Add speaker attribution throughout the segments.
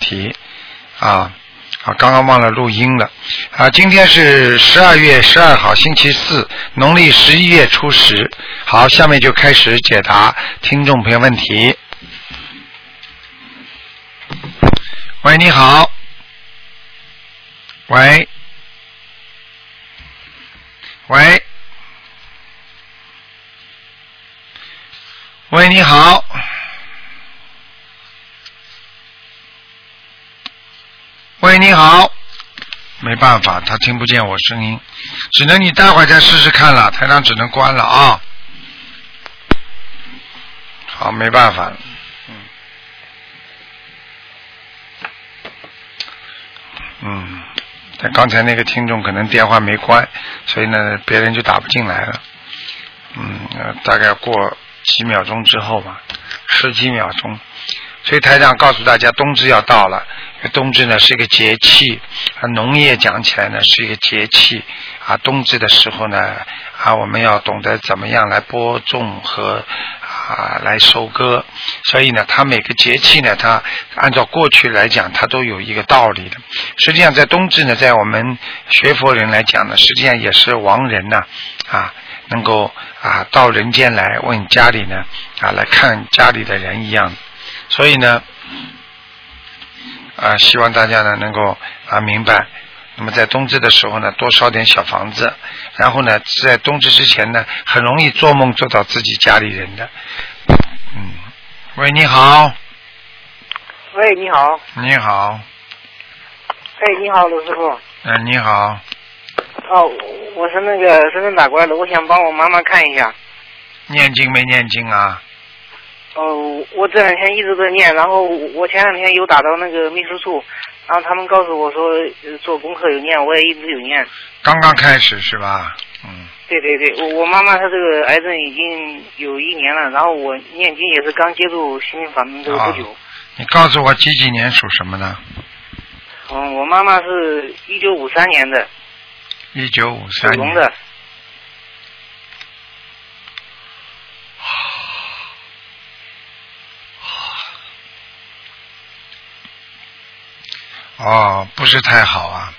Speaker 1: 题啊啊，刚刚忘了录音了啊。今天是十二月十二号，星期四，农历十一月初十。好，下面就开始解答听众朋友问题。喂，你好。喂。喂。喂，你好。喂，你好。没办法，他听不见我声音，只能你待会儿再试试看了。台长只能关了啊。好，没办法了。嗯，但刚才那个听众可能电话没关，所以呢，别人就打不进来了。嗯，呃大概过几秒钟之后吧，十几秒钟。所以台长告诉大家，冬至要到了。冬至呢是一个节气，啊，农业讲起来呢是一个节气。啊，冬至的时候呢，啊，我们要懂得怎么样来播种和啊来收割。所以呢，它每个节气呢，它按照过去来讲，它都有一个道理的。实际上，在冬至呢，在我们学佛人来讲呢，实际上也是亡人呐、啊，能够啊到人间来问家里呢，啊来看家里的人一样。所以呢，啊，希望大家呢能够啊明白。那么在冬至的时候呢，多烧点小房子，然后呢，在冬至之前呢，很容易做梦做到自己家里人的。嗯，喂，你好，
Speaker 2: 喂，你好，
Speaker 1: 你好，
Speaker 2: 哎，你好，卢师傅，
Speaker 1: 嗯、你好，
Speaker 2: 哦，我是那个深圳打过来的，我想帮我妈妈看一下。
Speaker 1: 念经没念经啊？
Speaker 2: 哦，我这两天一直在念，然后我前两天有打到那个秘书处，然后他们告诉我说呃做功课有念，我也一直有念。
Speaker 1: 刚刚开始是吧？嗯，
Speaker 2: 对对对，我我妈妈她这个癌症已经有一年了，然后我念经也是刚接触心灵法门这个不久。
Speaker 1: 你告诉我几几年属什么的？
Speaker 2: 嗯，我妈妈是一九五三年的，
Speaker 1: 一九五
Speaker 2: 属
Speaker 1: 三
Speaker 2: 龙
Speaker 1: 年。
Speaker 2: 的。
Speaker 1: 哦，不是太好啊。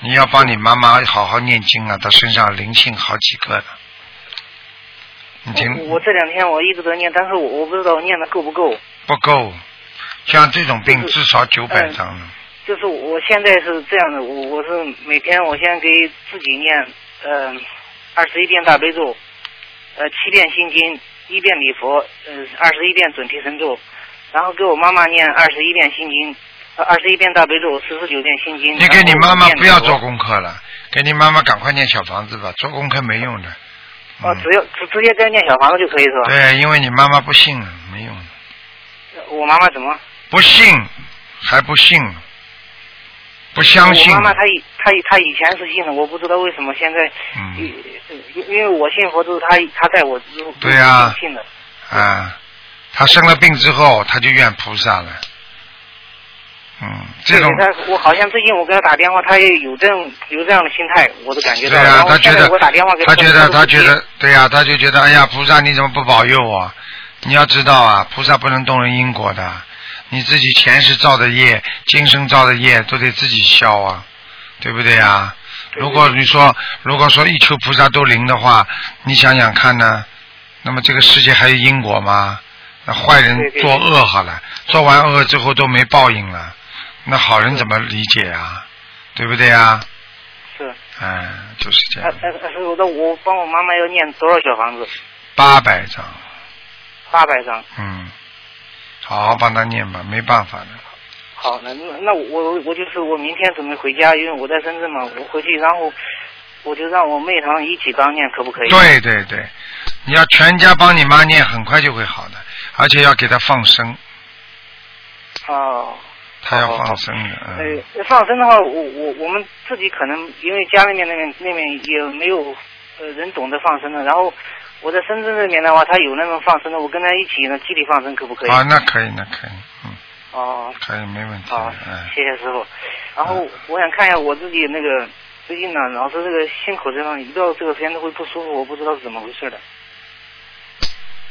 Speaker 1: 你要帮你妈妈好好念经啊，她身上灵性好几个的。你听
Speaker 2: 我我这两天我一直在念，但是我我不知道念的够不够。
Speaker 1: 不够，像这种病
Speaker 2: 就是
Speaker 1: 至少九百张了。
Speaker 2: 就是我现在是这样的，我我是每天我先给自己念，呃，二十一遍大悲咒，呃，七遍心经，一遍礼佛，呃，二十一遍准提神咒，然后给我妈妈念二十一遍心经，呃二十一遍大悲咒，四十九遍心经。
Speaker 1: 你给你
Speaker 2: 然后
Speaker 1: 妈妈
Speaker 2: 念
Speaker 1: 不要
Speaker 2: 礼
Speaker 1: 做
Speaker 2: 佛。
Speaker 1: 功课了，给你妈妈赶快念小房子吧，做功课没用的。
Speaker 2: 哦，
Speaker 1: 嗯
Speaker 2: 只要直直接该念小房子就可以是吧？
Speaker 1: 对，因为你妈妈不信了，没用，
Speaker 2: 呃我妈妈怎么？
Speaker 1: 不信还不信，不相信。啊
Speaker 2: 我妈妈她以她以她以前是信的，我不知道为什么现在，
Speaker 1: 嗯
Speaker 2: 呃因因为我信佛之后，她她带我之后
Speaker 1: 对呀
Speaker 2: 信的。
Speaker 1: 啊，她生了病之后，她就怨菩萨了。嗯，这种
Speaker 2: 对他，我好像最近我给他打电话，他也有这样有这样的心态，我都感觉
Speaker 1: 对
Speaker 2: 到。
Speaker 1: 呀、
Speaker 2: 然后
Speaker 1: 他觉
Speaker 2: 现在
Speaker 1: 得
Speaker 2: 我打电话给
Speaker 1: 他
Speaker 2: 他
Speaker 1: 觉得
Speaker 2: 都不
Speaker 1: 他觉
Speaker 2: 接
Speaker 1: 得对呀、他就觉得哎呀，菩萨你怎么不保佑我？你要知道啊，菩萨不能动人因果的，你自己前世造的业，今生造的业都得自己消啊，对不对啊？
Speaker 2: 对
Speaker 1: 如果你说如果说一求菩萨都灵的话，你想想看呢，那么这个世界还有因果吗？那坏人
Speaker 2: 对对
Speaker 1: 作恶好了，做完恶之后都没报应了，那好人怎么理解啊？对不对啊？
Speaker 2: 是，
Speaker 1: 哎，就是这
Speaker 2: 呃
Speaker 1: 样。
Speaker 2: 呃呃，是我的，我帮我妈妈要念多少小房子？
Speaker 1: 八百张，
Speaker 2: 八百张。
Speaker 1: 嗯，好好帮他念吧，没办法的。
Speaker 2: 好，那那那我我就是我明天准备回家，因为我在深圳嘛，我回去然后我就让我妹他们一起帮念，可不可以？
Speaker 1: 对对对，你要全家帮你妈念，很快就会好的，而且要给她放生，
Speaker 2: 哦。
Speaker 1: 她要
Speaker 2: 好好
Speaker 1: 放
Speaker 2: 好
Speaker 1: 生的，嗯，
Speaker 2: 呃，放生的话，我我我们自己可能因为家里面那边那边也没有呃人懂得放生的，然后我在深圳这边的话，他有那种放生的，我跟他一起呢集体放生，可不可以？
Speaker 1: 啊，那可以，那可以，嗯，
Speaker 2: 哦，
Speaker 1: 可以，没问题
Speaker 2: 好
Speaker 1: 的，，嗯，
Speaker 2: 谢谢师傅。然后我想看一下我自己那个最近呢，老是这个心口这方一到这个时间都会不舒服，我不知道是怎么回事的。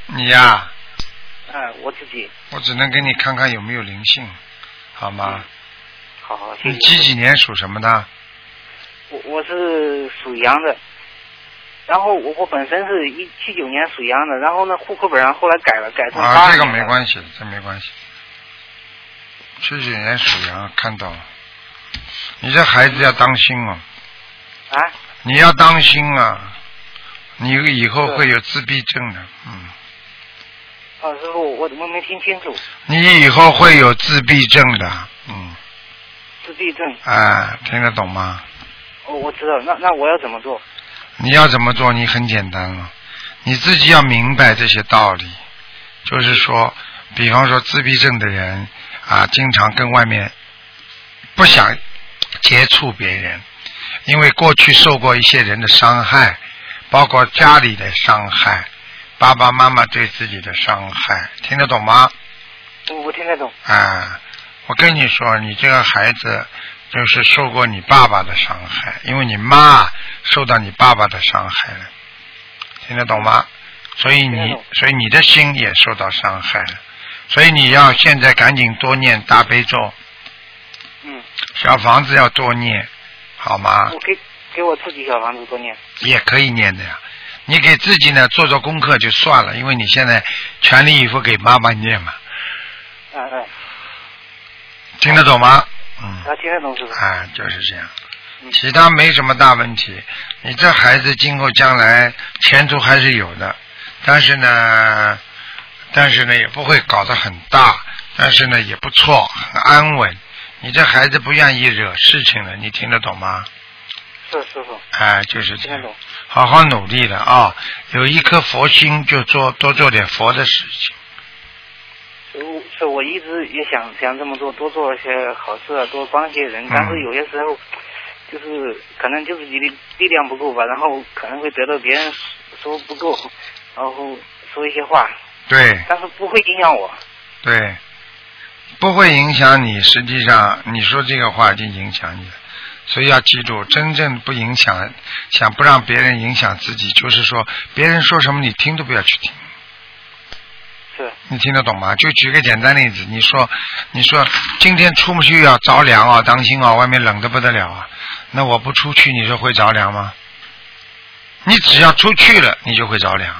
Speaker 1: 你呀、
Speaker 2: 嗯，我自己
Speaker 1: 我只能给你看看有没有灵性，好吗？
Speaker 2: 嗯好好，谢
Speaker 1: 啊你
Speaker 2: 谢。
Speaker 1: 几几年属什么的？
Speaker 2: 我我是属羊的，然后我我本身是一七九年属羊的，然后呢户口本上后来改了，改成八
Speaker 1: 啊，这
Speaker 2: 年
Speaker 1: 个
Speaker 2: 了
Speaker 1: 没关系，这没关系。七几年属羊，看到了。你这孩子要当心哦，
Speaker 2: 啊，
Speaker 1: 你要当心啊，你以后
Speaker 2: 是
Speaker 1: 会有自闭症的，嗯，
Speaker 2: 啊师傅我我没听清楚，
Speaker 1: 你以后会有自闭症的，嗯，
Speaker 2: 自闭症，
Speaker 1: 啊，听得懂吗？
Speaker 2: 哦我知道，那那我要怎么做？
Speaker 1: 你要怎么做？你很简单了，你自己要明白这些道理。就是说，比方说自闭症的人啊，经常跟外面不想接触别人，因为过去受过一些人的伤害，包括家里的伤害，爸爸妈妈对自己的伤害，听得懂吗？
Speaker 2: 我我听得懂，
Speaker 1: 啊，我跟你说，你这个孩子就是受过你爸爸的伤害，因为你妈受到你爸爸的伤害了，听得懂吗？所以
Speaker 2: 听得
Speaker 1: 你
Speaker 2: 懂，
Speaker 1: 所以你的心也受到伤害了，所以你要现在赶紧多念大悲咒，
Speaker 2: 嗯，
Speaker 1: 小房子要多念，好吗？
Speaker 2: 我给给我自己小房子多念，
Speaker 1: 也可以念的呀。你给自己呢做做功课就算了，因为你现在全力以赴给妈妈念嘛，
Speaker 2: 嗯嗯，
Speaker 1: 听得懂吗？嗯。
Speaker 2: 啊听得懂师傅，
Speaker 1: 啊，就是这样，
Speaker 2: 嗯
Speaker 1: 其他没什么大问题。你这孩子今后将来前途还是有的，但是呢，但是呢也不会搞得很大，但是呢也不错，很安稳。你这孩子不愿意惹事情了，你听得懂吗？
Speaker 2: 是师傅
Speaker 1: 啊，就是这
Speaker 2: 听得
Speaker 1: 样，
Speaker 2: 懂，
Speaker 1: 好好努力了啊、有一颗佛心就做多做点佛的事情。
Speaker 2: 是我是我一直也想想这么做，多做一些好事啊，多帮一些人
Speaker 1: 嗯，
Speaker 2: 但是有些时候就是可能就是力力量不够吧，然后可能会得到别人说不够，然后说一些话，
Speaker 1: 对，
Speaker 2: 但是不会影响我。
Speaker 1: 对，不会影响你。实际上，你说这个话已经影响你了，所以要记住，真正不影响，想不让别人影响自己，就是说，别人说什么你听都不要去听。
Speaker 2: 是
Speaker 1: 你听得懂吗？就举个简单例子，你说，你说今天出不去要着凉啊，当心啊，外面冷的不得了啊。那我不出去，你说会着凉吗？你只要出去了，你就会着凉。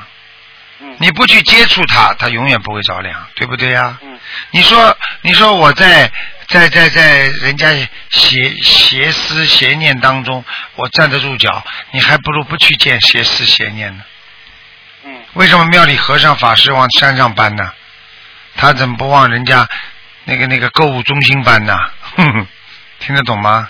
Speaker 2: 嗯
Speaker 1: 你不去接触它，它永远不会着凉，对不对呀、
Speaker 2: 嗯
Speaker 1: 你说，你说我在在在在人家邪邪思邪念当中，我站得住脚，你还不如不去见邪思邪念呢。
Speaker 2: 嗯
Speaker 1: 为什么庙里和尚法师往山上搬呢？他怎么不往人家那个那个购物中心搬呢？ 哼哼，听得懂吗？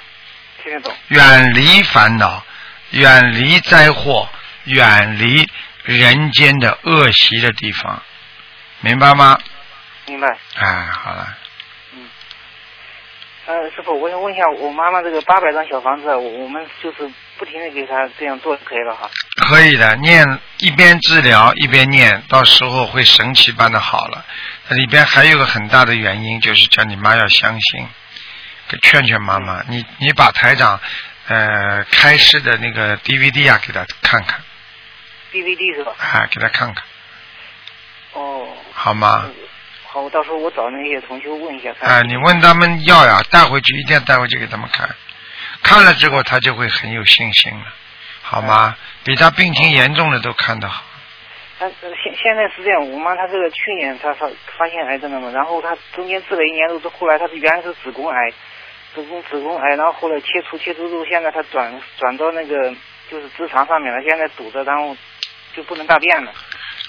Speaker 2: 听得懂。
Speaker 1: 远离烦恼，远离灾祸，远离人间的恶习的地方，明白吗？
Speaker 2: 明白。
Speaker 1: 哎，好了。
Speaker 2: 呃，师傅，我想问一下，我妈妈这个八百张小房子啊，我我们就是不停的给她这样做就可以了哈。
Speaker 1: 可以的，念一边治疗一边念，到时候会神奇般的好了。那里边还有个很大的原因，就是叫你妈要相信，给劝劝妈妈。你你把台长呃开示的那个 DVD 啊给她看看，
Speaker 2: DVD 是吧？
Speaker 1: 啊给她看看，
Speaker 2: 哦。
Speaker 1: 好吗？
Speaker 2: 嗯好，我到时候我找那些同学问一下看。
Speaker 1: 啊，你问他们要呀，带回去一定要带回去给他们看，看了之后他就会很有信心了，好吗？比他病情严重的都看得好。
Speaker 2: 他呃现现在是这样，我妈她这个去年她发发现癌症了嘛，然后她中间治了一年都是后来她原来是子宫癌，子宫子宫癌，然后后来切除切除之后，现在她转转到那个就是直肠上面了，现在堵着，然后就不能大便了。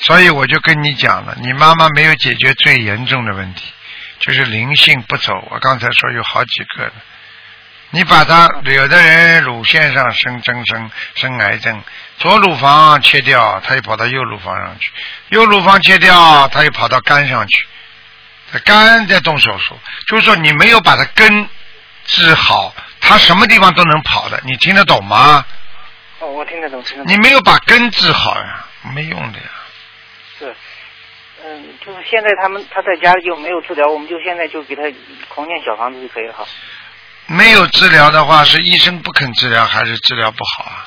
Speaker 1: 所以我就跟你讲了，你妈妈没有解决最严重的问题，就是灵性不走。我刚才说有好几个的，你把她有的人乳腺上生增生生癌症，左乳房切掉，她又跑到右乳房上去；右乳房切掉，她又跑到肝上去。肝在动手术，就是说你没有把它根治好，它什么地方都能跑的，你听得懂吗？
Speaker 2: 哦，我听得懂，听得懂。
Speaker 1: 你没有把根治好呀，没用的呀。
Speaker 2: 是，嗯，就是现在他们他在家里就没有治疗，我们就现在就给他狂念小房子就可以了哈。
Speaker 1: 没有治疗的话，是医生不肯治疗，还是治疗不好啊？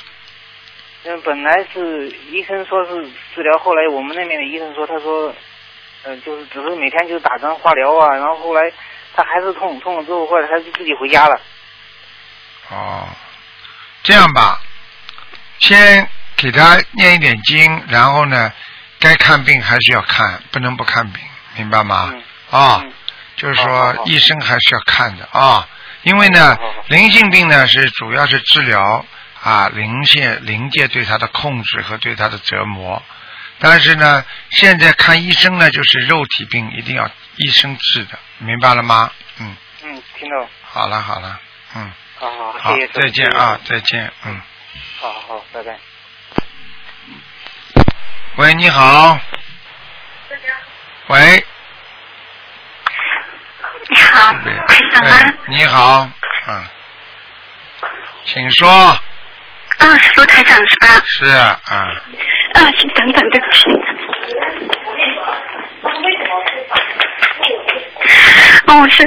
Speaker 2: 嗯，本来是医生说是治疗，后来嗯我们那边的医生说，他说，呃，就是只是每天就是打针化疗啊，然后后来他还是痛，痛了之后或者他就自己回家了。
Speaker 1: 哦，这样吧，先给他念一点经，然后呢，该看病还是要看，不能不看病，明白吗？
Speaker 2: 嗯
Speaker 1: 啊、
Speaker 2: 嗯
Speaker 1: 就是
Speaker 2: 好好
Speaker 1: 说
Speaker 2: 好
Speaker 1: 医生还是要看的啊，因为呢
Speaker 2: 好好好，
Speaker 1: 灵性病呢是主要是治疗啊灵界灵界对他的控制和对他的折磨，但是呢，现在看医生呢就是肉体病一定要医生治的，明白了吗？嗯，
Speaker 2: 嗯，听到。
Speaker 1: 好了好了，嗯，
Speaker 2: 好好，
Speaker 1: 好
Speaker 2: 好，谢谢，
Speaker 1: 再见啊，再见，嗯，
Speaker 2: 好好好，拜拜。
Speaker 1: 喂，你好，喂，
Speaker 3: 你好，小
Speaker 1: 哎
Speaker 3: 安，
Speaker 1: 你好，嗯，请说，哎
Speaker 3: 啊，是卢台长是吧？
Speaker 1: 是啊。嗯
Speaker 3: 啊，请等等，对不起。哦，我是，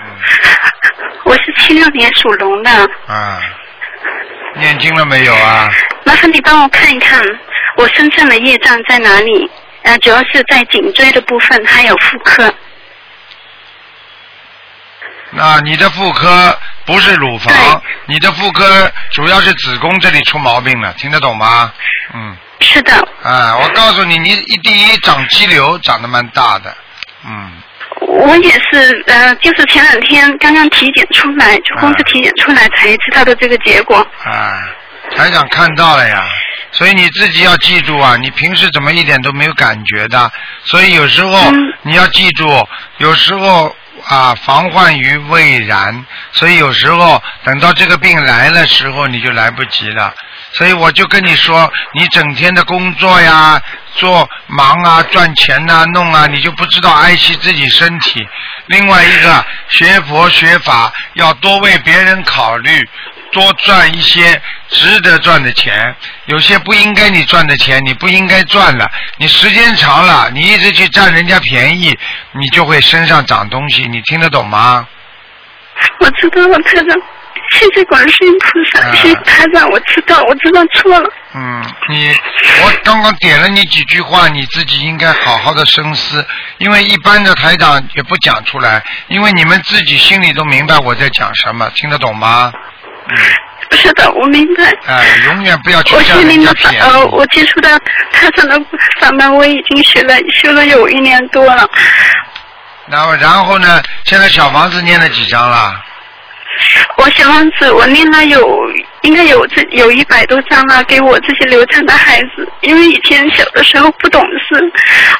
Speaker 1: 嗯
Speaker 3: 我是七六年属龙的，
Speaker 1: 啊，念经了没有啊？
Speaker 3: 麻烦你帮我看一看，我身上的业障在哪里？呃，主要是在颈椎的部分，还有妇科。
Speaker 1: 那你的妇科不是乳房
Speaker 3: 对，
Speaker 1: 你的妇科主要是子宫这里出毛病了，听得懂吗？嗯，
Speaker 3: 是的，
Speaker 1: 啊，我告诉你，你一第一长肌瘤，长得蛮大的，嗯，
Speaker 3: 我也是，呃，就是前两天刚刚体检出来，就公司
Speaker 1: 啊
Speaker 3: 体检出来才知道的这个结果。
Speaker 1: 啊，台长看到了呀，所以你自己要记住啊，你平时怎么一点都没有感觉的，所以有时候
Speaker 3: 嗯
Speaker 1: 你要记住，有时候啊防患于未然，所以有时候等到这个病来了时候你就来不及了，所以我就跟你说，你整天的工作呀。做忙啊，赚钱呐、弄啊，你就不知道爱惜自己身体。另外一个，学佛学法要多为别人考虑，多赚一些值得赚的钱，有些不应该你赚的钱，你不应该赚了。你时间长了，你一直去占人家便宜，你就会身上长东西。你听得懂吗？
Speaker 3: 我知道了，台长，谢谢观世音菩
Speaker 1: 啊
Speaker 3: 萨，谢谢台长，我知道，我知道错了。
Speaker 1: 嗯，你我刚刚点了你几句话，你自己应该好好的深思，因为一般的台长也不讲出来，因为你们自己心里都明白我在讲什么，听得懂吗？
Speaker 3: 是的，我明白。
Speaker 1: 哎、永远不要去
Speaker 3: 我
Speaker 1: 占
Speaker 3: 心
Speaker 1: 人
Speaker 3: 灵
Speaker 1: 家
Speaker 3: 的法
Speaker 1: 便宜。
Speaker 3: 呃，我接触到台长的法门，我已经学了修了有一年多了。
Speaker 1: 然后，然后呢？现在小房子念了几张了？
Speaker 3: 我小王子，我念了有应该有这有一百多张了，给我这些流产的孩子。因为以前小的时候不懂事，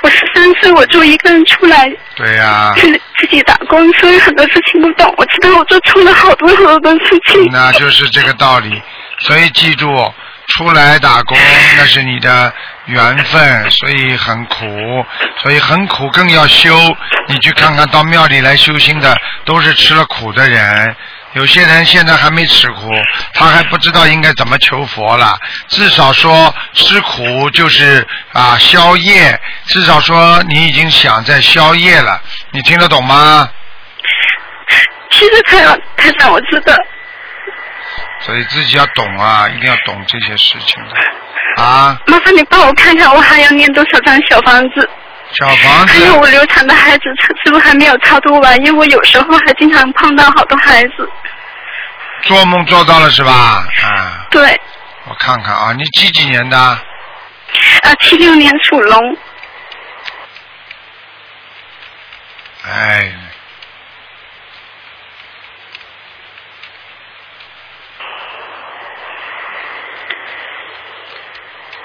Speaker 3: 我十三岁我就一个人出来
Speaker 1: 对呀、
Speaker 3: 自自己打工，所以很多事情不懂。我知道我做错了好多好多事情。
Speaker 1: 那就是这个道理。所以记住，出来打工那是你的缘分，所以很苦，所以很苦更要修。你去看看到庙里来修心的，都是吃了苦的人。有些人现在还没吃苦，他还不知道应该怎么求佛了。至少说吃苦就是啊消业，至少说你已经想在消业了。你听得懂吗？
Speaker 3: 其实台长，台长，我知道，
Speaker 1: 所以自己要懂啊，一定要懂这些事情的啊。
Speaker 3: 麻烦你帮我看看，我还要念多少张小房子？
Speaker 1: 小房
Speaker 3: 还有
Speaker 1: 子，
Speaker 3: 哎我流产的孩子，他是不是还没有超度完？因为我有时候还经常碰到好多孩子。
Speaker 1: 做梦做到了是吧？啊，
Speaker 3: 对，
Speaker 1: 我看看啊，你几几年的？
Speaker 3: 啊，七六年属龙，
Speaker 1: 哎，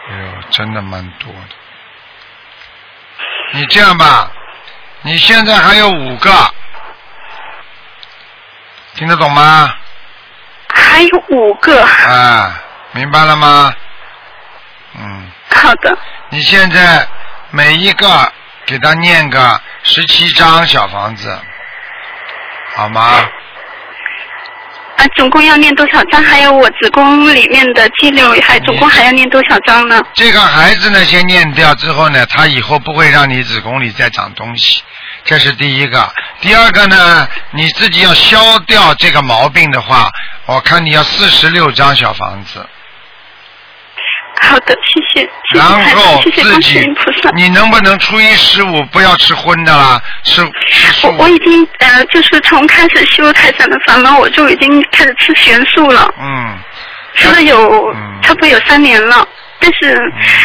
Speaker 1: 哎呦，真的蛮多的。你这样吧，你现在还有五个，听得懂吗？
Speaker 3: 还有五个。
Speaker 1: 啊，明白了吗？嗯，
Speaker 3: 好的，
Speaker 1: 你现在每一个给他念个十七张小房子，好吗？
Speaker 3: 啊，总共要念多少张？还有我子宫里面的肌瘤，还总共还要念多少张呢？
Speaker 1: 这个孩子呢，先念掉之后呢，他以后不会让你子宫里再长东西，这是第一个。第二个呢，你自己要消掉这个毛病的话，我看你要四十六张小房子。
Speaker 3: 好的，谢谢，谢谢
Speaker 1: 然
Speaker 3: 台
Speaker 1: 后
Speaker 3: 长，谢谢
Speaker 1: 自
Speaker 3: 观世
Speaker 1: 己
Speaker 3: 音菩萨，。
Speaker 1: 你能不能初一十五不要吃荤的啦？吃吃素
Speaker 3: 我我已经呃，就是从开始修台长的法门，我就已经开始吃全素了，
Speaker 1: 嗯，
Speaker 3: 吃了有
Speaker 1: 嗯
Speaker 3: 差不多有三年了。但是，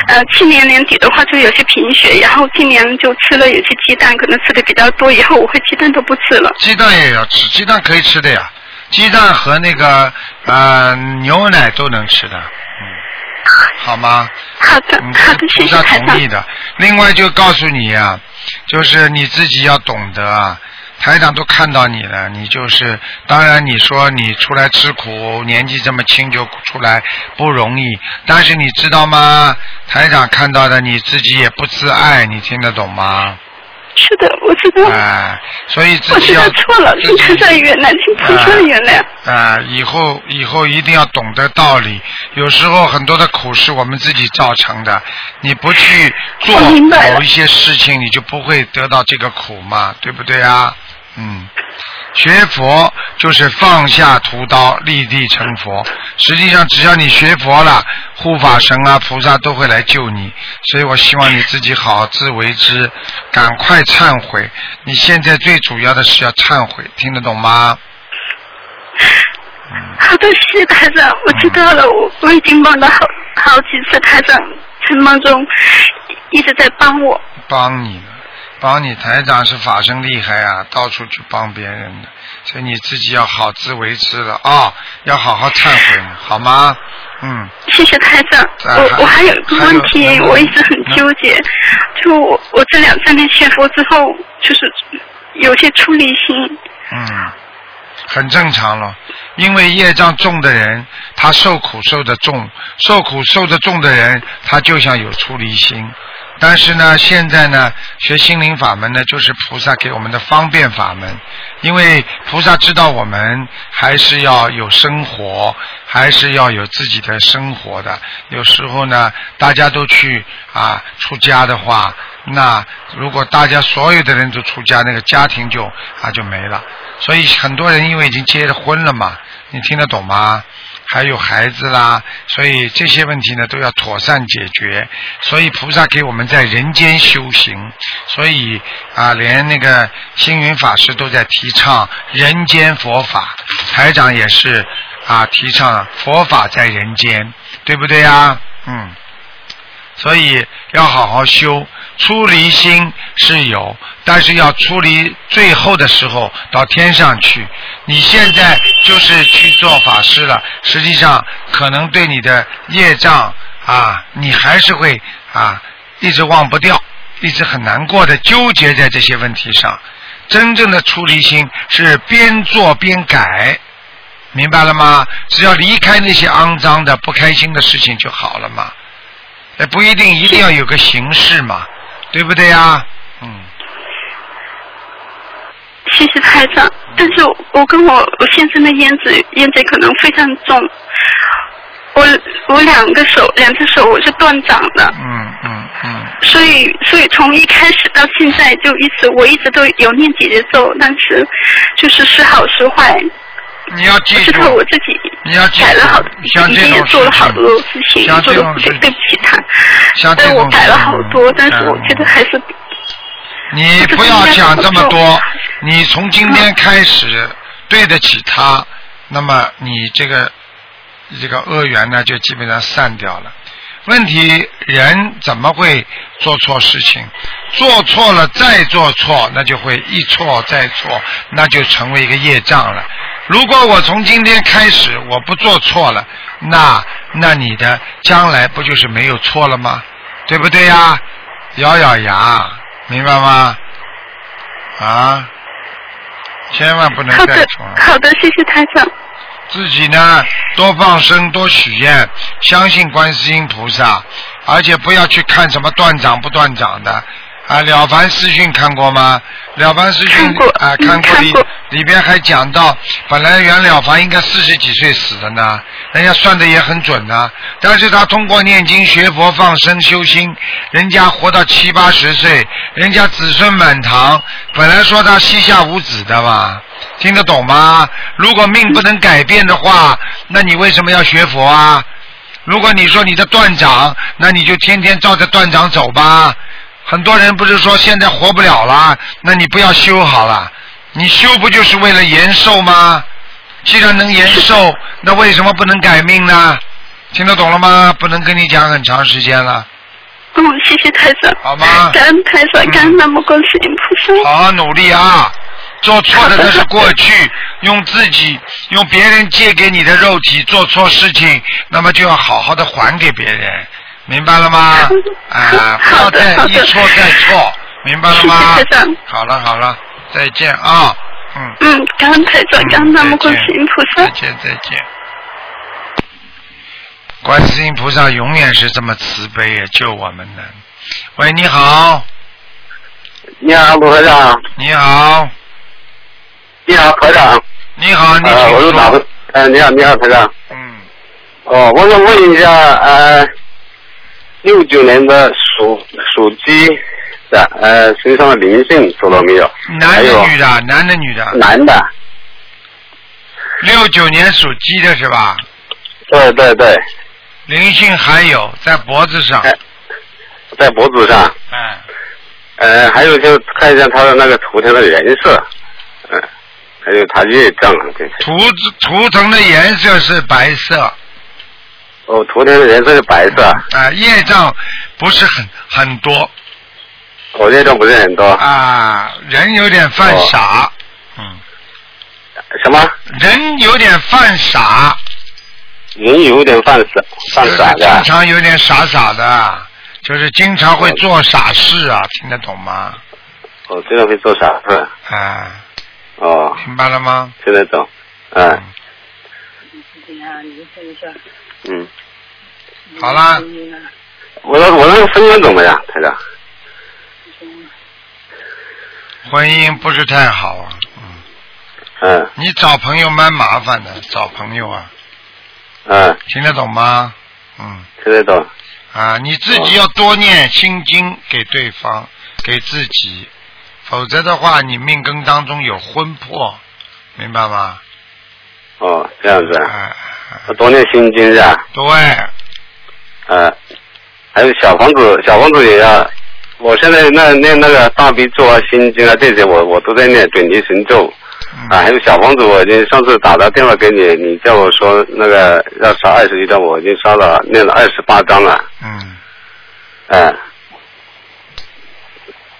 Speaker 3: 呃，去年年底的话就有些贫血，然后今年就吃了有些鸡蛋，可能吃的比较多，以后我会鸡蛋都不吃了。
Speaker 1: 鸡蛋也要吃，鸡蛋可以吃的呀，鸡蛋和那个呃牛奶都能吃的，嗯，好 吗？
Speaker 3: 好的，
Speaker 1: 嗯，
Speaker 3: 好的，谢
Speaker 1: 菩
Speaker 3: 谢
Speaker 1: 萨
Speaker 3: 台长
Speaker 1: 同意。的。另外就告诉你啊，就是你自己要懂得啊，台长都看到你了，你就是当然你说你出来吃苦，年纪这么轻就出来不容易，但是你知道吗？台长看到的你自己也不自爱，你听得懂吗？
Speaker 3: 是的，我知 道，
Speaker 1: 哎，所以自
Speaker 3: 我
Speaker 1: 己
Speaker 3: 知
Speaker 1: 要
Speaker 3: 道错了，
Speaker 1: 自己
Speaker 3: 请台长原谅，请菩萨原谅。
Speaker 1: 啊，以后以后一定要懂得道理。有时候很多的苦是我们自己造成的，你不去做
Speaker 3: 我明白了
Speaker 1: 某一些事情，你就不会得到这个苦嘛，对不对啊？嗯，学佛就是放下屠刀，立地成佛。实际上，只要你学佛了，护法神啊、菩萨都会来救你。所以我希望你自己好好自为之，赶快忏悔。你现在最主要的是要忏悔，听得懂吗？
Speaker 3: 好的，谢谢台长，我知道
Speaker 1: 嗯
Speaker 3: 了，我我已经梦到好好几次台长在梦中一直在帮我。
Speaker 1: 帮你的，帮你台长是法身厉害啊，到处去帮别人的，所以你自己要好自为之了啊、要好好忏悔，好吗？嗯，
Speaker 3: 谢谢台长，
Speaker 1: 啊还
Speaker 3: 我我还有一个问
Speaker 1: 还有嗯
Speaker 3: 题，
Speaker 1: 能
Speaker 3: 我一直很纠结，就我我这两三天学佛之后，就是有些出离心，
Speaker 1: 嗯，很正常了。因为业障重的人，他受苦受的重，受苦受的重的人，他就像有出离心。但是呢，现在呢，学心灵法门呢，就是菩萨给我们的方便法门。因为菩萨知道我们还是要有生活，还是要有自己的生活的。有时候呢，大家都去啊出家的话，那如果大家所有的人都出家，那个家庭就啊就没了。所以很多人因为已经结了婚了嘛，你听得懂吗？还有孩子啦，所以这些问题呢都要妥善解决。所以菩萨给我们在人间修行，所以啊，连那个星云法师都在提倡人间佛法，台长也是啊提倡佛法在人间，对不对呀？嗯，所以要好好修。出离心是有，但是要出离最后的时候到天上去。你现在就是去做法师了，实际上可能对你的业障啊，你还是会啊一直忘不掉，一直很难过的纠结在这些问题上。真正的出离心是边做边改，明白了吗？只要离开那些肮脏的、不开心的事情就好了嘛。也哎不一定一定要有个形式嘛，对不对呀？嗯，
Speaker 3: 谢谢台长。但是我我跟我我先生的烟嘴烟嘴可能非常重，我我两个手两只手我是断掌的，
Speaker 1: 嗯嗯嗯，
Speaker 3: 所以所以从一开始到现在就一直我一直都有念姐姐咒，但是就是时好时坏，
Speaker 1: 你要记
Speaker 3: 我知
Speaker 1: 住
Speaker 3: 道，我自己
Speaker 1: 你要记
Speaker 3: 改了好
Speaker 1: 住，，
Speaker 3: 已
Speaker 1: 像这
Speaker 3: 经也
Speaker 1: 种
Speaker 3: 做了好多
Speaker 1: 事
Speaker 3: 事
Speaker 1: 情
Speaker 3: 情，
Speaker 1: 像
Speaker 3: 做
Speaker 1: 这
Speaker 3: 的
Speaker 1: 种
Speaker 3: 对
Speaker 1: 事
Speaker 3: 对不起他，
Speaker 1: 像这
Speaker 3: 但我
Speaker 1: 种
Speaker 3: 改了好多
Speaker 1: 事情，嗯
Speaker 3: 但是我觉得还是
Speaker 1: 你不要想这么嗯多，你从今天开始对得起他，那么你这个这个恶缘呢就基本上散掉了。问题人怎么会做错事情？做错了再做错，那就会一错再错，那就成为一个业障了。如果我从今天开始我不做错了，那那你的将来不就是没有错了吗？对不对呀？咬咬牙，明白吗？啊，千万不能
Speaker 3: 好
Speaker 1: 再
Speaker 3: 的
Speaker 1: 错了。
Speaker 3: 好的，谢谢台长，
Speaker 1: 自己呢多放生，多许愿，相信观世音菩萨，而且不要去看什么断掌不断掌的。啊，《了凡四训》看过吗？《了凡四训
Speaker 3: 看》过
Speaker 1: 啊，
Speaker 3: 嗯
Speaker 1: 看
Speaker 3: 看
Speaker 1: 里
Speaker 3: 过
Speaker 1: 里边还讲到，本来袁了凡应该四十几岁死的呢，人家算的也很准呢、但是他通过念经、学佛、放生、修心，人家活到七八十岁，人家子孙满堂。本来说他膝下无子的嘛，听得懂吗？如果命不能改变的话，那你为什么要学佛啊？如果你说你的断掌，那你就天天照着断掌走吧。很多人不是说现在活不了了，那你不要修好了。你修不就是为了延寿吗？既然能延寿，那为什么不能改命呢？听得懂了吗？不能跟你讲很长时间了。
Speaker 3: 嗯，谢谢台长。
Speaker 1: 好吗嗯
Speaker 3: 感恩台长，感恩南无观世音菩萨。
Speaker 1: 好好努力啊！做错的那是过 去，用自己用别人借给你的肉体做错事情，那么就要好好的还给别人，明白了 吗？啊，不要
Speaker 3: 好的
Speaker 1: 再
Speaker 3: 好
Speaker 1: 一
Speaker 3: 的
Speaker 1: 错再错，明白了吗
Speaker 3: 谢谢台长？
Speaker 1: 好了好了，再见啊，嗯。
Speaker 3: 嗯，感恩台长，感恩南无观世音菩萨
Speaker 1: 再。见再见。观世音菩萨永远是这么慈悲，啊救我们的。喂，你好，
Speaker 4: 你好，卢台长。
Speaker 1: 你好，
Speaker 4: 你好，台长。
Speaker 1: 你好，你
Speaker 4: 呃，我
Speaker 1: 请
Speaker 4: 是打
Speaker 1: 说。
Speaker 4: 的。呃，你好，你好，台长。
Speaker 1: 嗯，
Speaker 4: 哦，我想问一下，呃，六九年的属属鸡的，呃，身上的灵性走了没有？还
Speaker 1: 男
Speaker 4: 有
Speaker 1: 的女的，男的女的，
Speaker 4: 男的。
Speaker 1: 六九年属鸡的是吧？
Speaker 4: 对对对，
Speaker 1: 灵性还有在脖子上，
Speaker 4: 哎在脖子上。
Speaker 1: 哎，
Speaker 4: 呃，还有就是看一下他的那个图腾的颜色，嗯、还有他业障这些。
Speaker 1: 图纸图腾的颜色是白色，
Speaker 4: 哦，图腾的颜色是白色，
Speaker 1: 啊，业障不是很很多
Speaker 4: 我业哦障不是很多。
Speaker 1: 啊，人有点犯
Speaker 4: 哦
Speaker 1: 傻，嗯，
Speaker 4: 什么？
Speaker 1: 人有点犯傻，
Speaker 4: 人有点犯傻，犯傻
Speaker 1: 就是经
Speaker 4: 的。
Speaker 1: 常有点傻傻的，就是经常会做傻事啊，听得懂吗？
Speaker 4: 哦，这个会做傻事。
Speaker 1: 啊，
Speaker 4: 哦，
Speaker 1: 明白了吗？
Speaker 4: 听得懂。嗯嗯，
Speaker 1: 好啦，
Speaker 4: 我那我那个分身怎么样，台长？
Speaker 1: 婚姻不是太好啊，嗯，
Speaker 4: 嗯
Speaker 1: 你找朋友蛮麻烦的，找朋友啊，
Speaker 4: 嗯，
Speaker 1: 听得懂吗？嗯，
Speaker 4: 听得懂。
Speaker 1: 啊，你自己要多念心经给对方，给自己，否则的话，你命根当中有魂魄，明白吗？
Speaker 4: 哦，这样子
Speaker 1: 啊，
Speaker 4: 啊，
Speaker 1: 啊
Speaker 4: 我多念心经是吧？
Speaker 1: 对，
Speaker 4: 嗯，还有小房子，小房子也要。我现在那念那个大悲咒啊、心经啊这些我，我都在念准提神咒
Speaker 1: 嗯
Speaker 4: 啊，还有小房子，我已经上次打了电话给你，你叫我说那个要烧二十一张，我已经烧了念了二十八张了。
Speaker 1: 嗯，
Speaker 4: 嗯，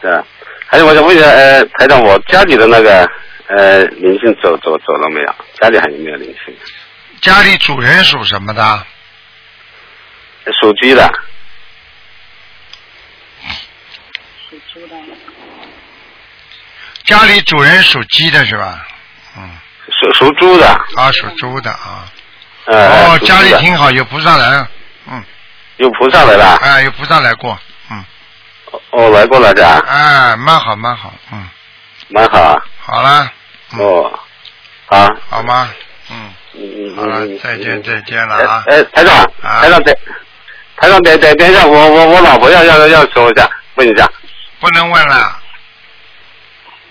Speaker 4: 对啊。还有，我想问一下，呃，台长，我家里的那个呃灵性走走走了没有？家里还有没有灵性？
Speaker 1: 家里主人属什么的？
Speaker 4: 属鸡的，
Speaker 1: 家里主人属鸡的是吧？嗯，
Speaker 4: 属属猪的，
Speaker 1: 啊，属猪的啊。
Speaker 4: 呃，
Speaker 1: 哦，
Speaker 4: 属猪的
Speaker 1: 家里挺好，有菩萨来，嗯，
Speaker 4: 有菩萨来了，
Speaker 1: 哎，有菩萨来过，嗯，
Speaker 4: 哦，来过了是吧？
Speaker 1: 哎，蛮好，蛮好，嗯，
Speaker 4: 蛮好啊，
Speaker 1: 好了，嗯
Speaker 4: 哦，好，
Speaker 1: 好吗？嗯，
Speaker 4: 嗯嗯
Speaker 1: 好了
Speaker 4: 嗯，，
Speaker 1: 再见，
Speaker 4: 嗯
Speaker 1: 再见了
Speaker 4: 哎
Speaker 1: 啊。
Speaker 4: 哎，台长，
Speaker 1: 啊
Speaker 4: 台长等，台长等等等一下，我我我老婆要要要说一下，问一下，
Speaker 1: 不能问了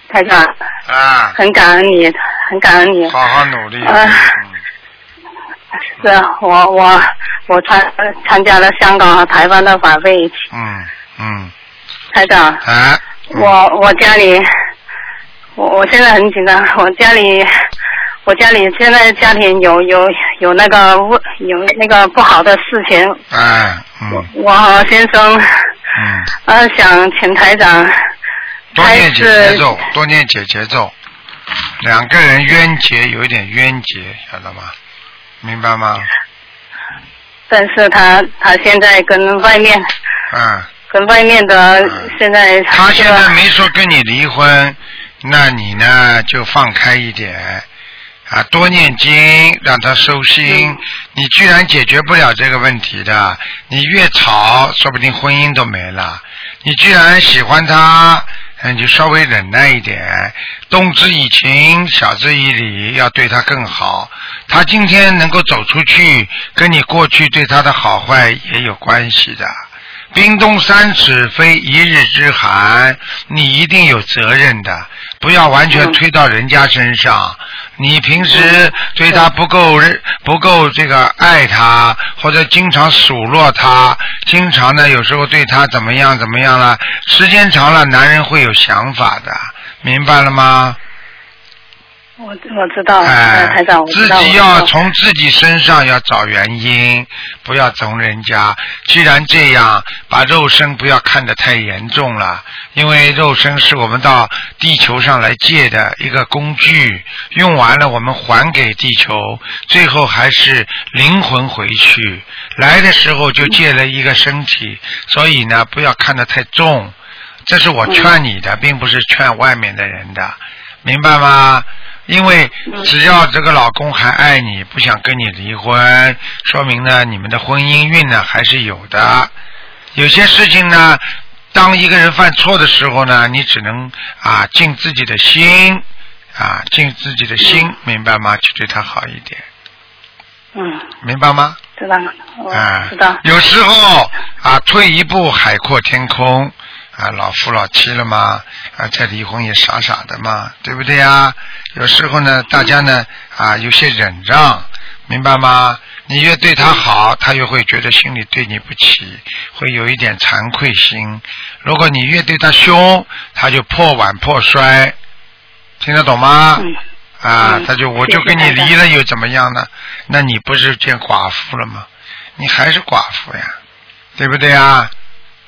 Speaker 5: 台长，
Speaker 1: 啊，
Speaker 5: 很感恩你，很感恩你。
Speaker 1: 好好努力。
Speaker 5: 啊
Speaker 1: 嗯
Speaker 5: 是啊我我我参参加了香港和台湾的晚会，
Speaker 1: 嗯嗯，
Speaker 5: 台长，
Speaker 1: 哎，嗯
Speaker 5: 我我家里，我我现在很紧张，我家里我家里现在家庭有有有那个问有那个不好的事情，
Speaker 1: 哎，嗯
Speaker 5: 我和先生
Speaker 1: 嗯，
Speaker 5: 呃想请台长
Speaker 1: 多
Speaker 5: 开
Speaker 1: 念解节
Speaker 5: 始
Speaker 1: 奏，多念解节奏。两个人冤结有一点冤结，晓得吗？明白吗？
Speaker 5: 但是他他现在跟外面
Speaker 1: 嗯，
Speaker 5: 跟外面的现在
Speaker 1: 他现
Speaker 5: 这
Speaker 1: 在
Speaker 5: 个
Speaker 1: 没说跟你离婚，那你呢就放开一点啊，多念经，让他收心。你居然解决不了这个问题的，你越吵，说不定婚姻都没了。你居然喜欢他，那你就稍微忍耐一点，动之以情，晓之以理，要对他更好。他今天能够走出去，跟你过去对他的好坏也有关系的。冰冻三尺非一日之寒，你一定有责任的，不要完全推到人家身上。你平时对他不够认不够这个爱他，或者经常数落他，经常呢有时候对他怎么样怎么样了，时间长了，男人会有想法的，明白了吗？
Speaker 5: 我我知道，
Speaker 1: 哎
Speaker 5: 呃，台长，我
Speaker 1: 自
Speaker 5: 知道。
Speaker 1: 己
Speaker 5: 我知
Speaker 1: 要
Speaker 5: 道
Speaker 1: 从自己身上要找原因，不要从人家。既然这样，把肉身不要看得太严重了，因为肉身是我们到地球上来借的一个工具，用完了我们还给地球，最后还是灵魂回去。来的时候就借了一个身体，所以呢，不要看得太重。这是我劝你的，并不是劝外面的人的，明白吗？因为只要这个老公还爱你，不想跟你离婚，说明呢你们的婚姻运呢还是有的。有些事情呢，当一个人犯错的时候呢，你只能啊尽自己的心，啊尽自己的心，明白吗？去对他好一点，
Speaker 5: 嗯，
Speaker 1: 明白吗？
Speaker 5: 知道了，
Speaker 3: 哦
Speaker 5: 我
Speaker 1: 啊
Speaker 5: 知道，。
Speaker 1: 有时候啊，退一步海阔天空啊，老夫老妻了嘛，啊，再离婚也傻傻的嘛，对不对呀？有时候呢，大家呢啊，有些忍让，明白吗？你越对他好，他越会觉得心里对你不起，会有一点惭愧心。如果你越对他凶，他就破碗破摔，听得懂吗？
Speaker 5: 嗯
Speaker 1: 啊，
Speaker 5: 嗯
Speaker 1: 他就我
Speaker 5: 谢谢
Speaker 1: 就跟你
Speaker 5: 台长
Speaker 1: 离了又怎么样呢？那你不是见寡妇了吗？你还是寡妇呀，对不对呀？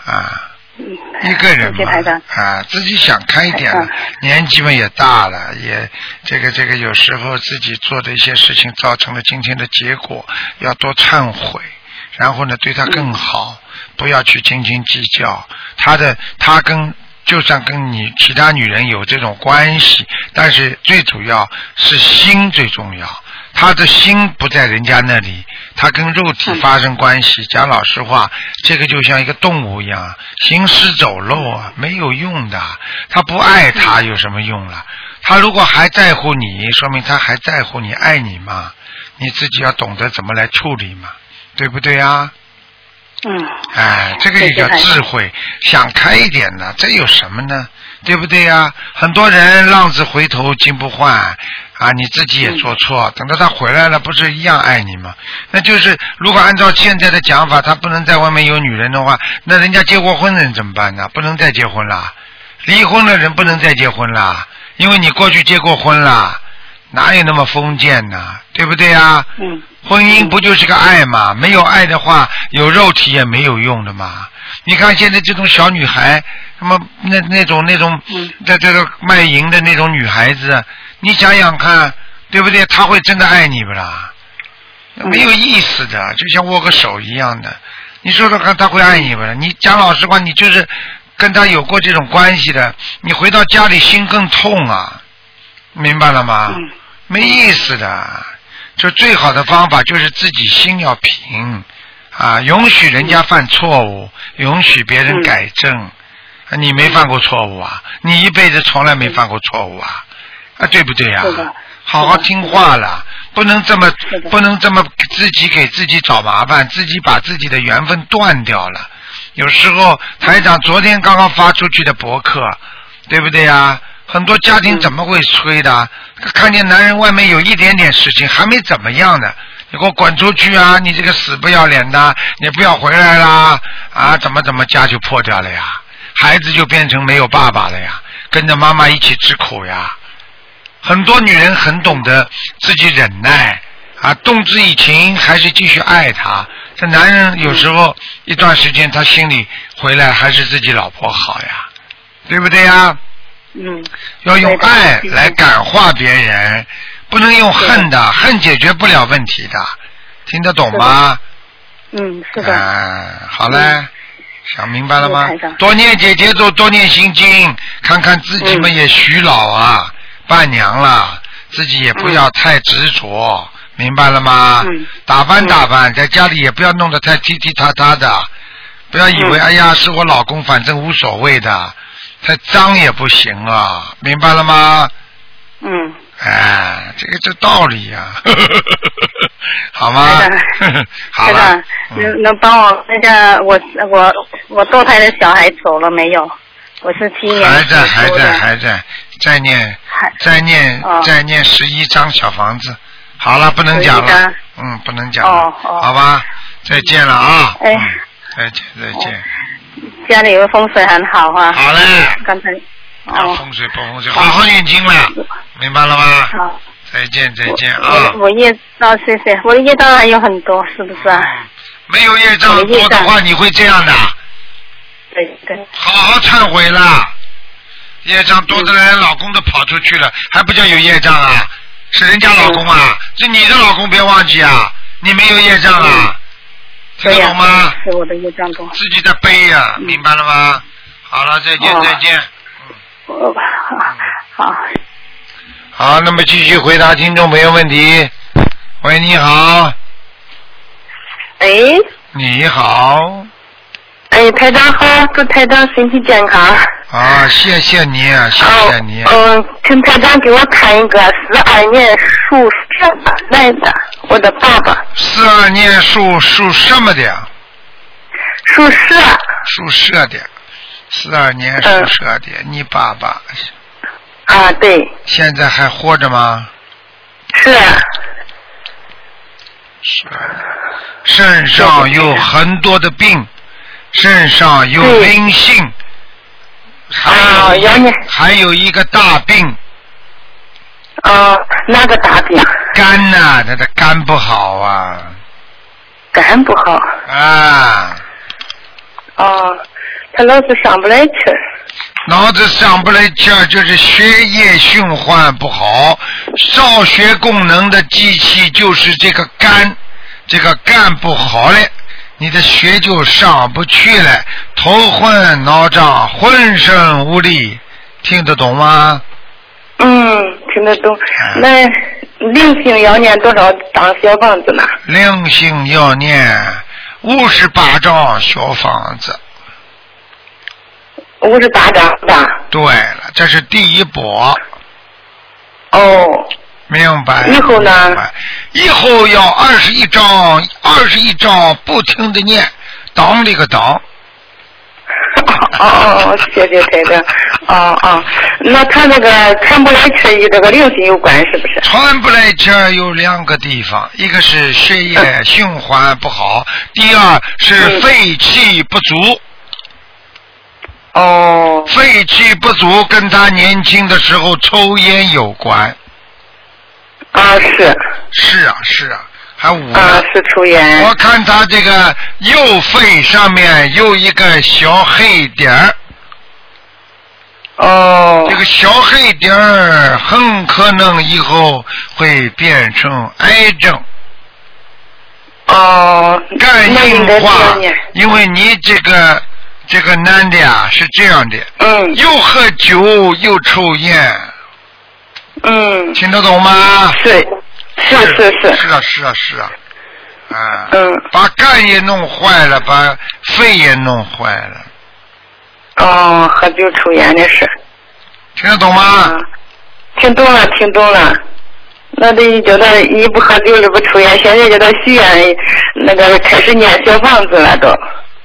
Speaker 1: 啊，
Speaker 5: 嗯，
Speaker 1: 一个嗯人
Speaker 5: 谢谢
Speaker 1: 嘛
Speaker 5: 台长，，
Speaker 1: 啊，自己想开一点了
Speaker 5: 台，
Speaker 1: 年纪嘛也大了，也这个这个有时候自己做的一些事情造成了今天的结果，要多忏悔，然后呢对他更好，不要去斤斤计较。他的他跟就算跟你其他女人有这种关系，但是最主要是心最重要。他的心不在人家那里，他跟肉体发生关系。讲老实话，这个就像一个动物一样，行尸走肉啊，没有用的。他不爱他有什么用了？他如果还在乎你，说明他还在乎你，爱你嘛。你自己要懂得怎么来处理嘛，对不对啊？
Speaker 5: 嗯，
Speaker 1: 哎，这个也叫智慧，想开一点呢，这有什么呢？对不对呀、很多人浪子回头金不换啊，你自己也做错，等到他回来了，不是一样爱你吗？那就是如果按照现在的讲法，他不能在外面有女人的话，那人家结过婚的人怎么办呢？不能再结婚啦，离婚的人不能再结婚啦，因为你过去结过婚啦，哪有那么封建呢？对不对呀、
Speaker 5: 嗯，
Speaker 1: 婚姻不就是个爱嘛？没有爱的话，有肉体也没有用的嘛。你看现在这种小女孩，那么那那种那种
Speaker 5: 嗯，
Speaker 1: 在这个卖淫的那种女孩子，你想想看，对不对？她会真的爱你不啦？
Speaker 5: 嗯
Speaker 1: 没有意思的，就像握个手一样的。你说说看，她会爱你不啦？你讲老实话，你就是跟她有过这种关系的，你回到家里心更痛啊，明白了吗？
Speaker 5: 嗯
Speaker 1: 没意思的。就最好的方法就是自己心要平啊，允许人家犯错误，
Speaker 5: 嗯
Speaker 1: 允许别人改正。啊你没犯过错误啊，你一辈子从来没犯过错误啊，啊对不对呀、
Speaker 5: 是的
Speaker 1: 好好听话了，不能这么
Speaker 5: 是的
Speaker 1: 不能这么自己给自己找麻烦，自己把自己的缘分断掉了。有时候台长昨天刚刚发出去的博客，对不对呀、很多家
Speaker 5: 嗯
Speaker 1: 庭怎么会催的啊？看见男人外面有一点点事情，还没怎么样呢，你给我滚出去啊！你这个死不要脸的，你不要回来啦！啊，怎么怎么家就破掉了呀？孩子就变成没有爸爸了呀，跟着妈妈一起吃苦呀。很多女人很懂得自己忍耐啊，动之以情，还是继续爱他。这男人有时候一段时间，他心里回来还是自己老婆好呀，对不对呀？
Speaker 5: 嗯，
Speaker 1: 要用
Speaker 5: 对的
Speaker 1: 爱
Speaker 5: 对的
Speaker 1: 来感化别人，不能用恨的，恨解决不了问题的，听得懂吗？
Speaker 5: 嗯，是的，嗯
Speaker 1: 哎，好嘞，想明白了吗
Speaker 5: 是台长？
Speaker 1: 多念姐姐咒，多念心经，看看自己们
Speaker 5: 嗯
Speaker 1: 也徐老啊，伴娘了，自己也不要太执着，明白了吗？
Speaker 5: 嗯
Speaker 1: 打扮打扮，在家里也不要弄得太踢踢踏踏的，不要以为、
Speaker 5: 嗯
Speaker 1: 哎呀是我老公，反正无所谓的，太脏也不行啊，明白了吗？
Speaker 5: 嗯，
Speaker 1: 哎，这个这道理呀、 好吗
Speaker 5: 台长？
Speaker 1: 好
Speaker 5: 台
Speaker 1: 了嗯
Speaker 5: 长，，能嗯能帮我看一下我我我堕胎的小孩走了没有？我是七年
Speaker 1: 还在，还
Speaker 5: 属猪的
Speaker 1: 在，还在，再念，
Speaker 5: 还
Speaker 1: 再念，
Speaker 5: 哦
Speaker 1: 再念十一张小房子。好了，不能讲
Speaker 5: 11
Speaker 1: 了
Speaker 5: 张，
Speaker 1: 嗯，不能讲了，
Speaker 5: 哦哦
Speaker 1: 好吧？再见了啊！
Speaker 5: 哎
Speaker 1: 嗯再见，再见。
Speaker 5: 家里有风水很好啊。
Speaker 1: 好嘞，
Speaker 5: 刚才
Speaker 1: 要
Speaker 5: 哦
Speaker 1: 风水不风水，好好念经了，明白了吗？
Speaker 5: 好，
Speaker 1: 再见，再见啊！
Speaker 5: 我我业障谢谢，我的业障还有很多，是不是啊？
Speaker 1: 没有业障
Speaker 5: 我的业
Speaker 1: 多的
Speaker 5: 障
Speaker 1: 话，你会这样的。
Speaker 5: 对对，
Speaker 1: 好好忏悔啦！业障多的人，老公都跑出去了，还不叫有业障啊？是人家老公啊，是你的老公，别忘记啊！你没有业障啊，听
Speaker 5: 对
Speaker 1: 得
Speaker 5: 呀、
Speaker 1: 懂吗？
Speaker 5: 是我的业障多。
Speaker 1: 自己在背呀、明白了吗？好了，再见，
Speaker 5: 哦
Speaker 1: 再见。
Speaker 5: 我好，
Speaker 1: 嗯好，那么继续回答听众朋友问题。喂，你好，
Speaker 6: 哎，
Speaker 1: 你好，
Speaker 6: 哎，台长好，祝台长身体健康。
Speaker 1: 啊，谢谢你，啊，谢谢你
Speaker 6: 哦。嗯，请台长给我看一个四二年属蛇的男的，我的爸爸
Speaker 1: 四二年属属什么的呀？
Speaker 6: 属蛇。
Speaker 1: 属蛇的，四二年
Speaker 6: 呃
Speaker 1: 属蛇的，你爸爸
Speaker 6: 啊，对，
Speaker 1: 现在还活着吗？
Speaker 6: 是
Speaker 1: 是，身上有很多的病，身上有
Speaker 6: 对
Speaker 1: 灵性，还有、
Speaker 6: 啊，要你
Speaker 1: 还有一个大病，
Speaker 6: 啊，哪个大病？
Speaker 1: 肝呐、他的肝不好啊
Speaker 6: 肝不好。
Speaker 1: 啊，
Speaker 6: 啊，他老是上不来气儿。
Speaker 1: 脑子上不来气儿，就是血液循环不好，造血功能的机器就是这个肝，这个肝不好了，你的血就上不去了，头昏脑胀，浑身无力，听得懂吗？
Speaker 6: 嗯，听得懂
Speaker 1: 啊。
Speaker 6: 那灵性要念多少张小房子呢？
Speaker 1: 灵性要念五十八张小房子。
Speaker 6: 五十八张吧。
Speaker 1: 对了，这是第一波。
Speaker 6: 哦，
Speaker 1: 明白。
Speaker 6: 以后呢
Speaker 1: 明白？以后要二十一章，二十一章不停的念，当这个当。
Speaker 6: 哦哦，哦，谢谢台长。哦哦，那他那个看不来气与这个灵性有关是不是？
Speaker 1: 传不来气儿有两个地方，一个是血液循环不好，第二是
Speaker 6: 嗯
Speaker 1: 肺气不足。
Speaker 6: 哦
Speaker 1: 肺气不足跟他年轻的时候抽烟有关。
Speaker 6: 啊是
Speaker 1: 是啊，是啊，还五呢。
Speaker 6: 啊是抽烟
Speaker 1: 我看他这个右肺上面有一个小黑点儿。
Speaker 6: 哦
Speaker 1: 这个小黑点儿很可能以后会变成癌症，
Speaker 6: 哦，
Speaker 1: 肝
Speaker 6: 那应该
Speaker 1: 硬
Speaker 6: 多
Speaker 1: 化
Speaker 6: 少年？。
Speaker 1: 因为你这个这个男的啊是这样的，
Speaker 6: 嗯
Speaker 1: 又喝酒又抽烟，
Speaker 6: 嗯
Speaker 1: 听得懂吗？
Speaker 6: 是是是是
Speaker 1: 是啊是啊是啊，啊，
Speaker 6: 嗯
Speaker 1: 把肝也弄坏了，把肺也弄坏了，
Speaker 6: 哦喝酒抽烟的事
Speaker 1: 听得懂吗？
Speaker 6: 啊，听懂了听懂了。那得叫他一不喝酒二不抽烟，现在叫他许愿，那个开始念小房子了都，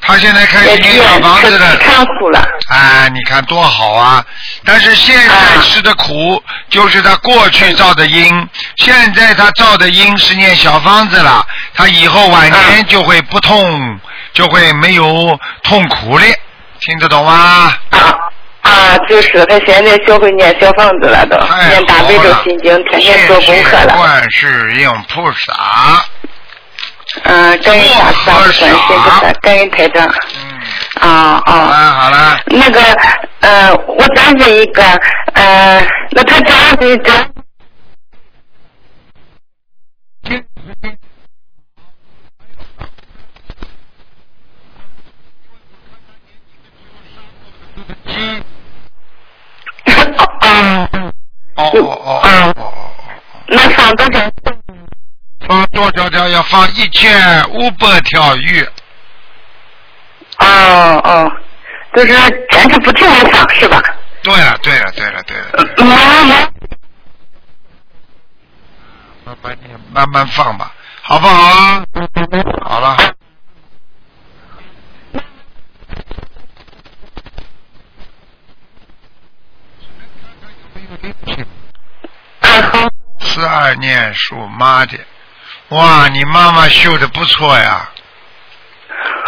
Speaker 1: 他现在开
Speaker 6: 也
Speaker 1: 始
Speaker 6: 许
Speaker 1: 念
Speaker 6: 愿
Speaker 1: 小房
Speaker 6: 开
Speaker 1: 子
Speaker 6: 始
Speaker 1: 了。
Speaker 6: 看护了。
Speaker 1: 哎，你看多好啊！但是现在
Speaker 6: 啊
Speaker 1: 吃的苦，就是他过去造的因。现在他造的因是念小方子了，他以后晚年就会不
Speaker 6: 嗯
Speaker 1: 痛，就会没有痛苦了。听得懂吗？
Speaker 6: 啊啊，就是他现在学会念小房子了都，
Speaker 1: 太
Speaker 6: 念大
Speaker 1: 好
Speaker 6: 悲咒
Speaker 1: 哎了！
Speaker 6: 心经，天天做功
Speaker 1: 谢
Speaker 6: 课
Speaker 1: 谢
Speaker 6: 了。
Speaker 1: 观世音菩萨，
Speaker 6: 嗯，感恩大慈大悲观世音菩萨，感恩台长。
Speaker 1: 嗯，
Speaker 6: 啊
Speaker 1: 好
Speaker 6: 啊，
Speaker 1: 哎了好了，
Speaker 6: 那个呃，我再问一个呃，那他家里家
Speaker 1: 嗯，哦哦哦哦哦。
Speaker 6: 那上多少？
Speaker 1: 放多少条要放一千五百条鱼，
Speaker 6: 哦哦，就是坚持不停的上是吧？
Speaker 1: 对了，对了，对了，对了，
Speaker 6: 嗯，
Speaker 1: 嗯，慢慢念，慢慢放吧，好不好啊？好了。嗯四二念属妈的，哇，你妈妈绣的不错呀，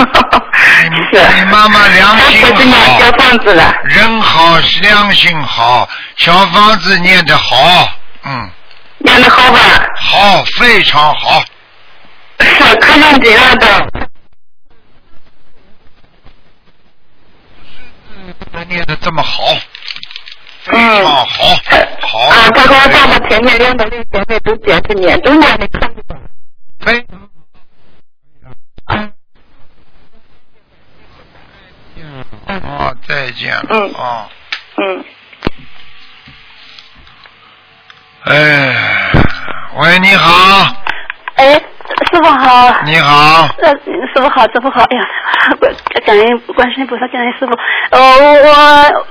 Speaker 6: 是。
Speaker 1: 你妈妈良
Speaker 6: 他
Speaker 1: 心
Speaker 6: 可是
Speaker 1: 好
Speaker 6: 念小房子了，
Speaker 1: 人好，良心好，小房子念得好，嗯，
Speaker 6: 念的好吧？
Speaker 1: 好，非常好，
Speaker 6: 是，可能这样的。
Speaker 1: 念得这么好，非
Speaker 6: 嗯
Speaker 1: 常好，好，
Speaker 6: 啊，他跟我爸爸前面两个人姐妹都结婚年，都念的可以了。
Speaker 1: 非
Speaker 6: 啊，
Speaker 1: 哦，再见了，
Speaker 6: 嗯
Speaker 1: 哦，
Speaker 6: 嗯，
Speaker 1: 哎，喂，你好，
Speaker 7: 哎，师傅好，
Speaker 1: 你好，
Speaker 7: 呃，师傅好，师傅好，哎呀，观感恩观世音菩萨，感恩师傅。呃，我我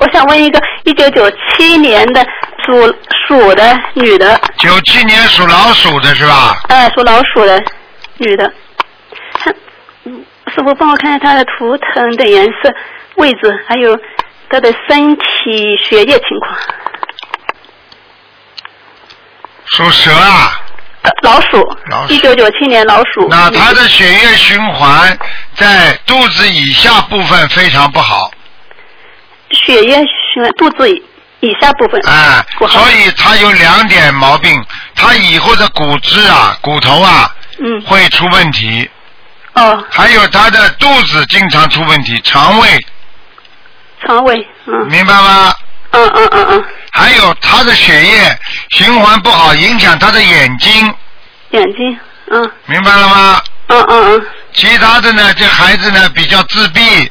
Speaker 7: 我想问一个，一九九七年的属鼠的女的，
Speaker 1: 九七年属老鼠的是吧？
Speaker 7: 呃，属老鼠的女的，她，嗯师傅帮我看看她的图腾的颜色、位置，还有她的身体血液情况。
Speaker 1: 属蛇啊，
Speaker 7: 呃老鼠
Speaker 1: 老，鼠
Speaker 7: 一九九七年老鼠。
Speaker 1: 那他
Speaker 7: 女
Speaker 1: 的血液循环在肚子以下部分非常不好，
Speaker 7: 血液循环肚子以以下部 分。
Speaker 1: 哎、
Speaker 7: 不好
Speaker 1: 所以他有两点毛病，他以后的骨质啊、骨头啊
Speaker 7: 嗯，
Speaker 1: 会出问题，
Speaker 7: 哦，
Speaker 1: 还有他的肚子经常出问题，肠胃，
Speaker 7: 肠胃，嗯，
Speaker 1: 明白吗？
Speaker 7: 嗯嗯嗯嗯，
Speaker 1: 还有他的血液循环不好，影响他的眼睛，
Speaker 7: 眼睛，嗯
Speaker 1: 明白了吗？
Speaker 7: 嗯嗯
Speaker 1: 其他的呢，这孩子呢比较自闭，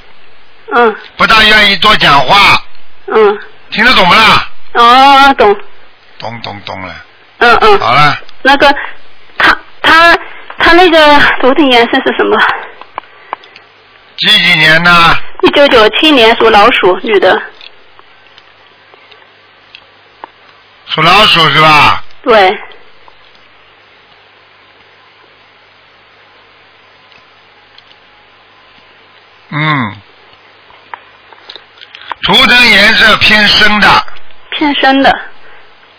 Speaker 7: 嗯
Speaker 1: 不大愿意多讲话，
Speaker 7: 嗯
Speaker 1: 听得懂不啦？
Speaker 7: 嗯，哦，懂，
Speaker 1: 懂懂懂了，
Speaker 7: 嗯嗯，
Speaker 1: 好了，
Speaker 7: 那个，他他他那个头顶颜色是什么？
Speaker 1: 几几年呢？
Speaker 7: 一九九七年属老鼠，女的，
Speaker 1: 属老鼠是吧？
Speaker 7: 对，
Speaker 1: 嗯，图腾颜色偏深的，
Speaker 7: 偏深的，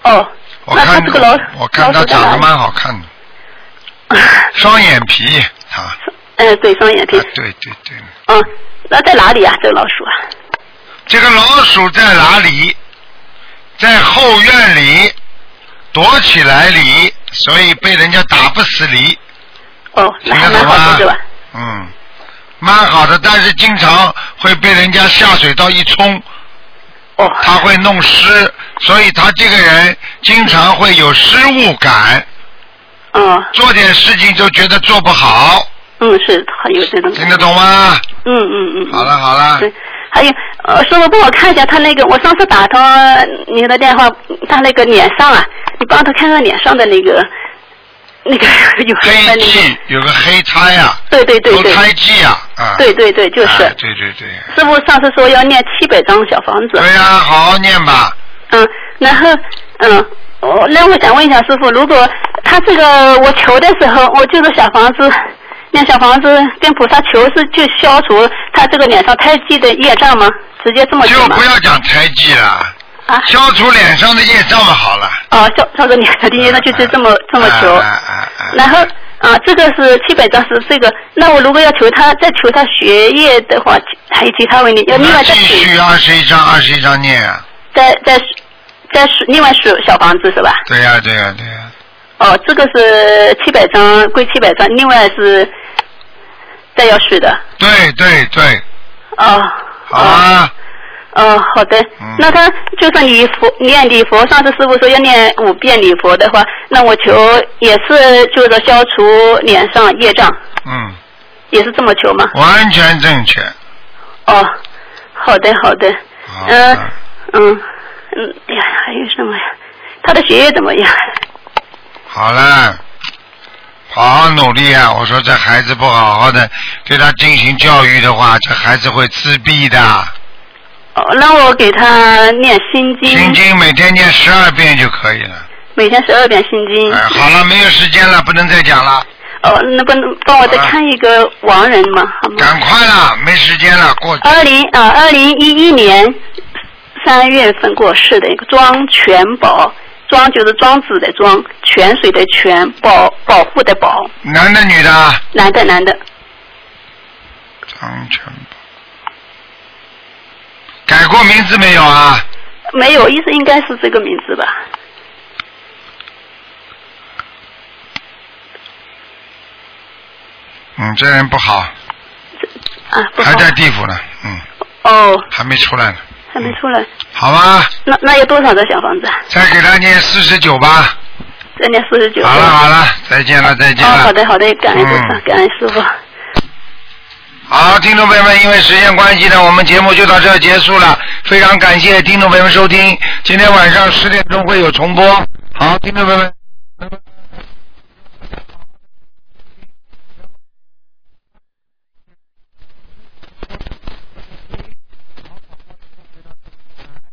Speaker 7: 哦，
Speaker 1: 我
Speaker 7: 那
Speaker 1: 看
Speaker 7: 他这个老
Speaker 1: 我看他
Speaker 7: 老鼠在
Speaker 1: 长得
Speaker 7: 哪里
Speaker 1: 蛮好看的，双眼皮啊，
Speaker 7: 呃，对，双眼皮
Speaker 1: 啊，对对对，
Speaker 7: 嗯，那在哪里啊？这个老鼠啊？
Speaker 1: 这个老鼠在哪里？在后院里躲起来里，所以被人家打不死里，
Speaker 7: 哦，
Speaker 1: 听
Speaker 7: 那
Speaker 1: 得
Speaker 7: 还蛮
Speaker 1: 懂
Speaker 7: 好
Speaker 1: 吗
Speaker 7: 的，对吧？？
Speaker 1: 嗯，蛮好的，但是经常会被人家下水道一冲，
Speaker 7: 哦，
Speaker 1: 他会弄湿，所以他这个人经常会有失误感，
Speaker 7: 嗯
Speaker 1: 做点事情就觉得做不好，
Speaker 7: 嗯，是很有这种感觉
Speaker 1: 听得懂吗？
Speaker 7: 嗯嗯嗯。嗯
Speaker 1: 哎好了。好了，
Speaker 7: 对，还有呃，师傅帮我看一下他那个，我上次打通您的电话，他那个脸上啊，你帮他看看脸上的那个那个有那
Speaker 1: 黑
Speaker 7: 个，
Speaker 1: 气有个黑胎啊，
Speaker 7: 对对嗯对
Speaker 1: 有
Speaker 7: 对，
Speaker 1: 胎记啊，啊，
Speaker 7: 对对对，就是、
Speaker 1: 啊对对对，
Speaker 7: 师傅上次说要念七百张小房子，
Speaker 1: 对呀、好好念吧。
Speaker 7: 嗯，然后嗯。哦，那我想问一下师傅，如果他这个我求的时候，我就是小房子，念小房子跟菩萨求是就消除他这个脸上胎记的业障吗？直接这么
Speaker 1: 就
Speaker 7: 做吗
Speaker 1: 不？要讲胎记了，
Speaker 7: 啊，
Speaker 1: 消除脸上的业障嘛，好了。
Speaker 7: 哦，照照着你的第一，那就是这么、这么求。
Speaker 1: 啊啊啊啊
Speaker 7: 然后啊，这个是七百张是这个，那我如果要求他再求他学业的话，其还有其他问题，要另
Speaker 1: 那
Speaker 7: 外
Speaker 1: 继
Speaker 7: 再许
Speaker 1: 续二十一章，二十一章念啊。
Speaker 7: 再再许再许另外许小房子是吧？
Speaker 1: 对呀、对呀、对呀、
Speaker 7: 哦，这个是七百张归七百张，另外是再要许的。
Speaker 1: 对对对，
Speaker 7: 哦。
Speaker 1: 好啊，
Speaker 7: 哦，好的。
Speaker 1: 嗯
Speaker 7: 那他就是你佛念礼佛，上次师傅说要念五遍礼佛的话，那我求也是就是消除脸上业障，
Speaker 1: 嗯，
Speaker 7: 也是这么求吗？
Speaker 1: 完全正确。
Speaker 7: 哦，好的好的，
Speaker 1: 好
Speaker 7: 呃
Speaker 1: 啊
Speaker 7: 嗯嗯，哎呀，还有什么呀？他的学业怎么样？
Speaker 1: 好了，好好努力啊！我说这孩子不好好的对他进行教育的话，这孩子会自闭的。
Speaker 7: 哦，那我给他念心经，
Speaker 1: 心经每天念十二遍就可以了。
Speaker 7: 每天十二遍心经。
Speaker 1: 哎，好了，没有时间了，不能再讲了，
Speaker 7: 哦，那帮帮我再看一个亡人嘛，好吗？
Speaker 1: 赶快了，没时间了，过
Speaker 7: 二零啊，二零一一年三月份过世的一个庄全宝，庄就是庄子的庄，泉水的泉，保保护的保，
Speaker 1: 男的女的啊？
Speaker 7: 男的男的，
Speaker 1: 张全宝，改过名字没有啊？
Speaker 7: 没有，意思应该是这个名字吧？
Speaker 1: 嗯，这人不好，
Speaker 7: 啊，不好
Speaker 1: 还，在地府呢，嗯，
Speaker 7: 哦，
Speaker 1: 还没出来呢，
Speaker 7: 还没出来，
Speaker 1: 好吧？
Speaker 7: 那那有多少个小房子啊？
Speaker 1: 再给他念四十九吧。
Speaker 7: 再念四十九。
Speaker 1: 好了好了，再见了再见
Speaker 7: 哦
Speaker 1: 了。，
Speaker 7: 好的好的，感恩菩萨
Speaker 1: 嗯，
Speaker 7: 感恩师傅。
Speaker 1: 好，听众朋友们，因为时间关系呢，我们节目就到这儿结束了。非常感谢听众朋友们收听，今天晚上十点钟会有重播。好，听众朋友们。